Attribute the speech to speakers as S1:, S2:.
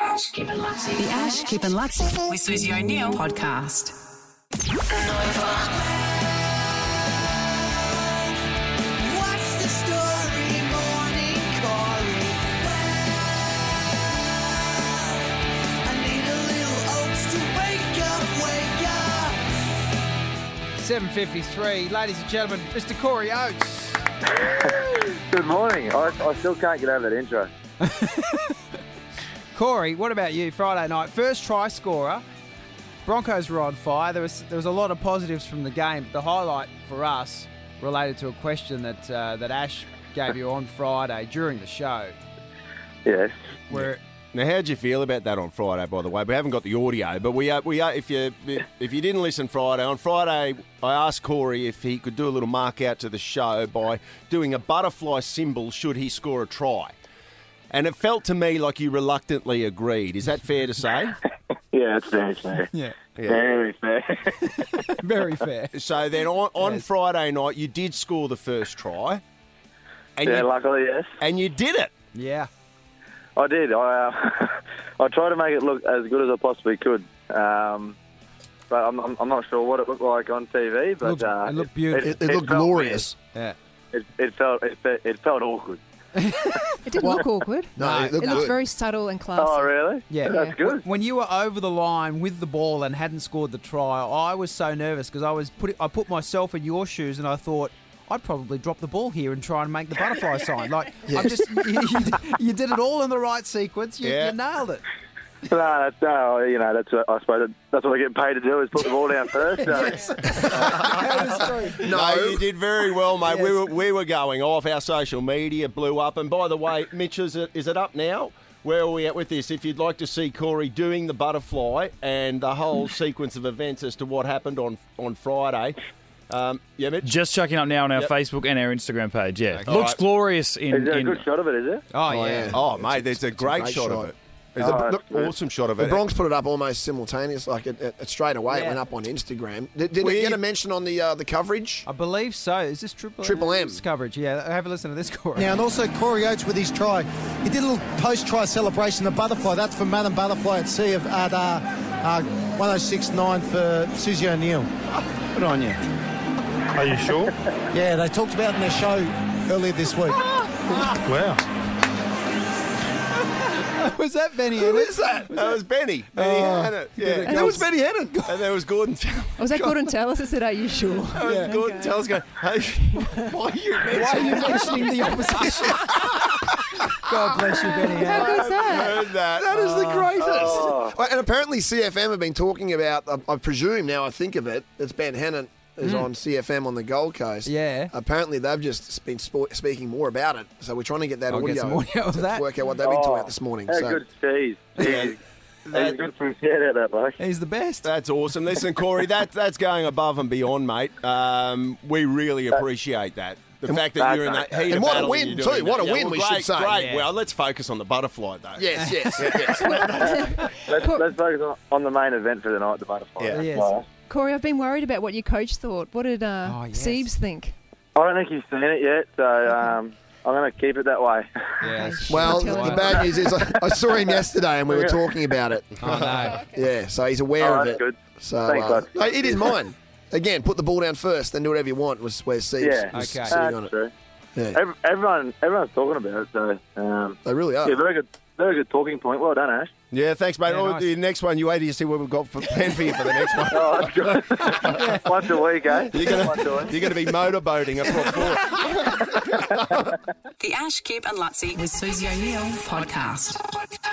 S1: Ash, Kip and Lutzi.
S2: The Ash, Kip and Lutz with Susie O'Neill podcast.
S3: What's the story, morning Corey? I need a little oats to wake up, wake up.
S4: 7.53. Ladies and gentlemen, Mr Corey Oates.
S5: Good morning. I, I still can't get over that intro.
S4: Corey, what about you? Friday night, first try scorer. Broncos were on fire. There was there was a lot of positives from the game. The highlight for us related to a question that uh, that Ash gave you on Friday during the show.
S5: Yes.
S4: Where
S6: Now, how'd you feel about that on Friday? By the way, we haven't got the audio, but we are, we are, if you if you didn't listen Friday on Friday, I asked Corey if he could do a little mark out to the show by doing a butterfly symbol should he score a try, and it felt to me like you reluctantly agreed. Is that fair to say?
S5: Yeah, it's very fair.
S4: yeah,
S5: Very fair.
S4: very fair.
S6: So then on, on
S4: Yes.
S6: Friday night, you did score the first try, and
S5: yeah,
S6: you,
S5: luckily, yes.
S6: and you did it.
S4: Yeah,
S5: I did. I uh, I tried to make it look as good as I possibly could. Um, but I'm, I'm, I'm not sure what it looked like on TV. But
S4: Looked-
S5: uh,
S4: it looked beautiful.
S7: It, it looked
S5: felt
S7: glorious.
S4: yeah.
S5: weird. It, it felt it, fe- it felt awkward.
S8: It didn't look awkward.
S7: No, it looked
S8: it looked
S7: good.
S8: very subtle and classy.
S5: Oh, really?
S4: Yeah.
S5: that's good.
S4: When you were over the line with the ball and hadn't scored the try, I was so nervous because I was put I put myself in your shoes and I thought I'd probably drop the ball here and try and make the butterfly sign. Like I'm just you, you, you did it all in the right sequence. You,
S6: Yeah.
S4: you nailed it.
S5: no, that's, no, you know that's what, I suppose that's what I get paid to do is put the ball down first. So.
S6: No, you did very well, mate. We, were, we were going off. Our social media blew up. And by the way, Mitch, is it, is it up now? Where are we at with this? If you'd like to see Corey doing the butterfly and the whole sequence of events as to what happened on on Friday, um, yeah, Mitch.
S9: Just chucking up now on our
S6: Yep.
S9: Facebook and our Instagram page. Yeah,
S6: Okay.
S9: looks
S6: Alright.
S9: glorious in.
S5: Is there a
S9: in
S5: good shot of it? Is it?
S4: Oh,
S7: Oh,
S4: yeah.
S7: yeah.
S6: Oh, mate, there's a great,
S7: great
S6: shot, of
S7: shot.
S6: it. There's
S5: Oh,
S6: a,
S5: that's good.
S6: awesome shot of it.
S7: The Bronx put it up almost simultaneous, like it, it, it straight away.
S4: Yeah.
S7: It went up on Instagram. Did, did
S6: We-
S7: it get a mention on the uh, the coverage?
S4: I believe so. Is this triple
S7: Triple
S4: M's
S7: M.
S4: coverage? Yeah, have a listen to this, Corey.
S10: Now, and also Corey Oates with his try. He did a little post try celebration, the butterfly. That's for Madam Butterfly at sea of, at uh, uh, 1069 for Susie O'Neill.
S4: Good on you.
S11: Are you sure?
S10: Yeah, they talked about it in their show earlier this week.
S11: wow.
S4: Was that Benny?
S6: Who is that? That was Benny. Benny Hanna. Yeah.
S4: And that was Benny Hennon.
S6: And there was Gordon.
S8: Was that Gordon Tellis that said, Are you sure?
S6: That was Gordon Tells going, hey, why are you mentioning
S4: Why are you mentioning the opposition? God bless you, Benny.
S8: How
S4: Hannon.
S8: good's that?
S6: that?
S7: That is the greatest.
S5: Oh.
S7: Well, And apparently CFM have been talking about, I, I presume now I think of it, it's Ben Hannon is on CFM on the Gold Coast.
S4: Hmm. Yeah.
S7: Apparently they've just been spo- speaking more about it. So we're trying to get that
S4: I'll
S7: audio,
S4: get some audio of
S7: to
S4: that.
S7: work out what they've been
S5: Oh,
S7: talking about this morning.
S5: How
S7: so.
S5: good cheese. Jeez. That's good from shit out that bloke.
S4: He's the best.
S6: That's awesome. Listen, Corey, that that's going above and beyond, mate. Um, we really appreciate that. The fact that you're in that heat
S7: And
S6: of
S7: what a
S6: battle
S7: win,
S6: you're doing
S7: too. What
S6: that.
S7: a win,
S6: well,
S7: we
S6: great,
S7: should say.
S6: Great.
S4: Yeah.
S6: Well, let's focus on the butterfly, though.
S7: Yes, yes, yes.
S5: Let's, let's focus on, on the main event for the night, the butterfly.
S6: Yeah.
S4: Yes.
S5: Well,
S8: Corey, I've been worried about what your coach thought. What did uh,
S4: Oh, yes.
S8: Siebes think?
S5: I don't think he's seen it yet, so um, I'm going to keep it that way.
S4: Yeah.
S7: well,
S8: Tell
S7: the
S8: him.
S7: bad news is I, I saw him yesterday and we were talking about it.
S4: I know.
S7: Yeah, so he's aware
S5: Oh,
S7: of
S5: that's
S7: it.
S5: good.
S7: So
S5: Thanks,
S7: uh,
S5: lad.
S7: no, it is mine. Again, put the ball down first, then do whatever you want. Was where Steve's
S5: Yeah.
S7: was
S4: Okay.
S7: sitting on
S5: That's
S7: it.
S5: true.
S7: Yeah,
S5: Ev- Everyone, everyone's talking about it, so um,
S7: they really are.
S5: yeah, very good, very good talking point. Well done, Ash.
S6: Yeah, thanks, mate.
S4: Yeah,
S6: Oh,
S4: nice.
S6: The next one, you wait till you see what we've got for planned for you for the next one.
S5: Oh, that's good. Once a week, eh?
S6: You're going
S5: Once a week.
S6: to you're gonna be motorboating across four.
S2: The Ash, Kip and Lutzi with Susie O'Neill podcast.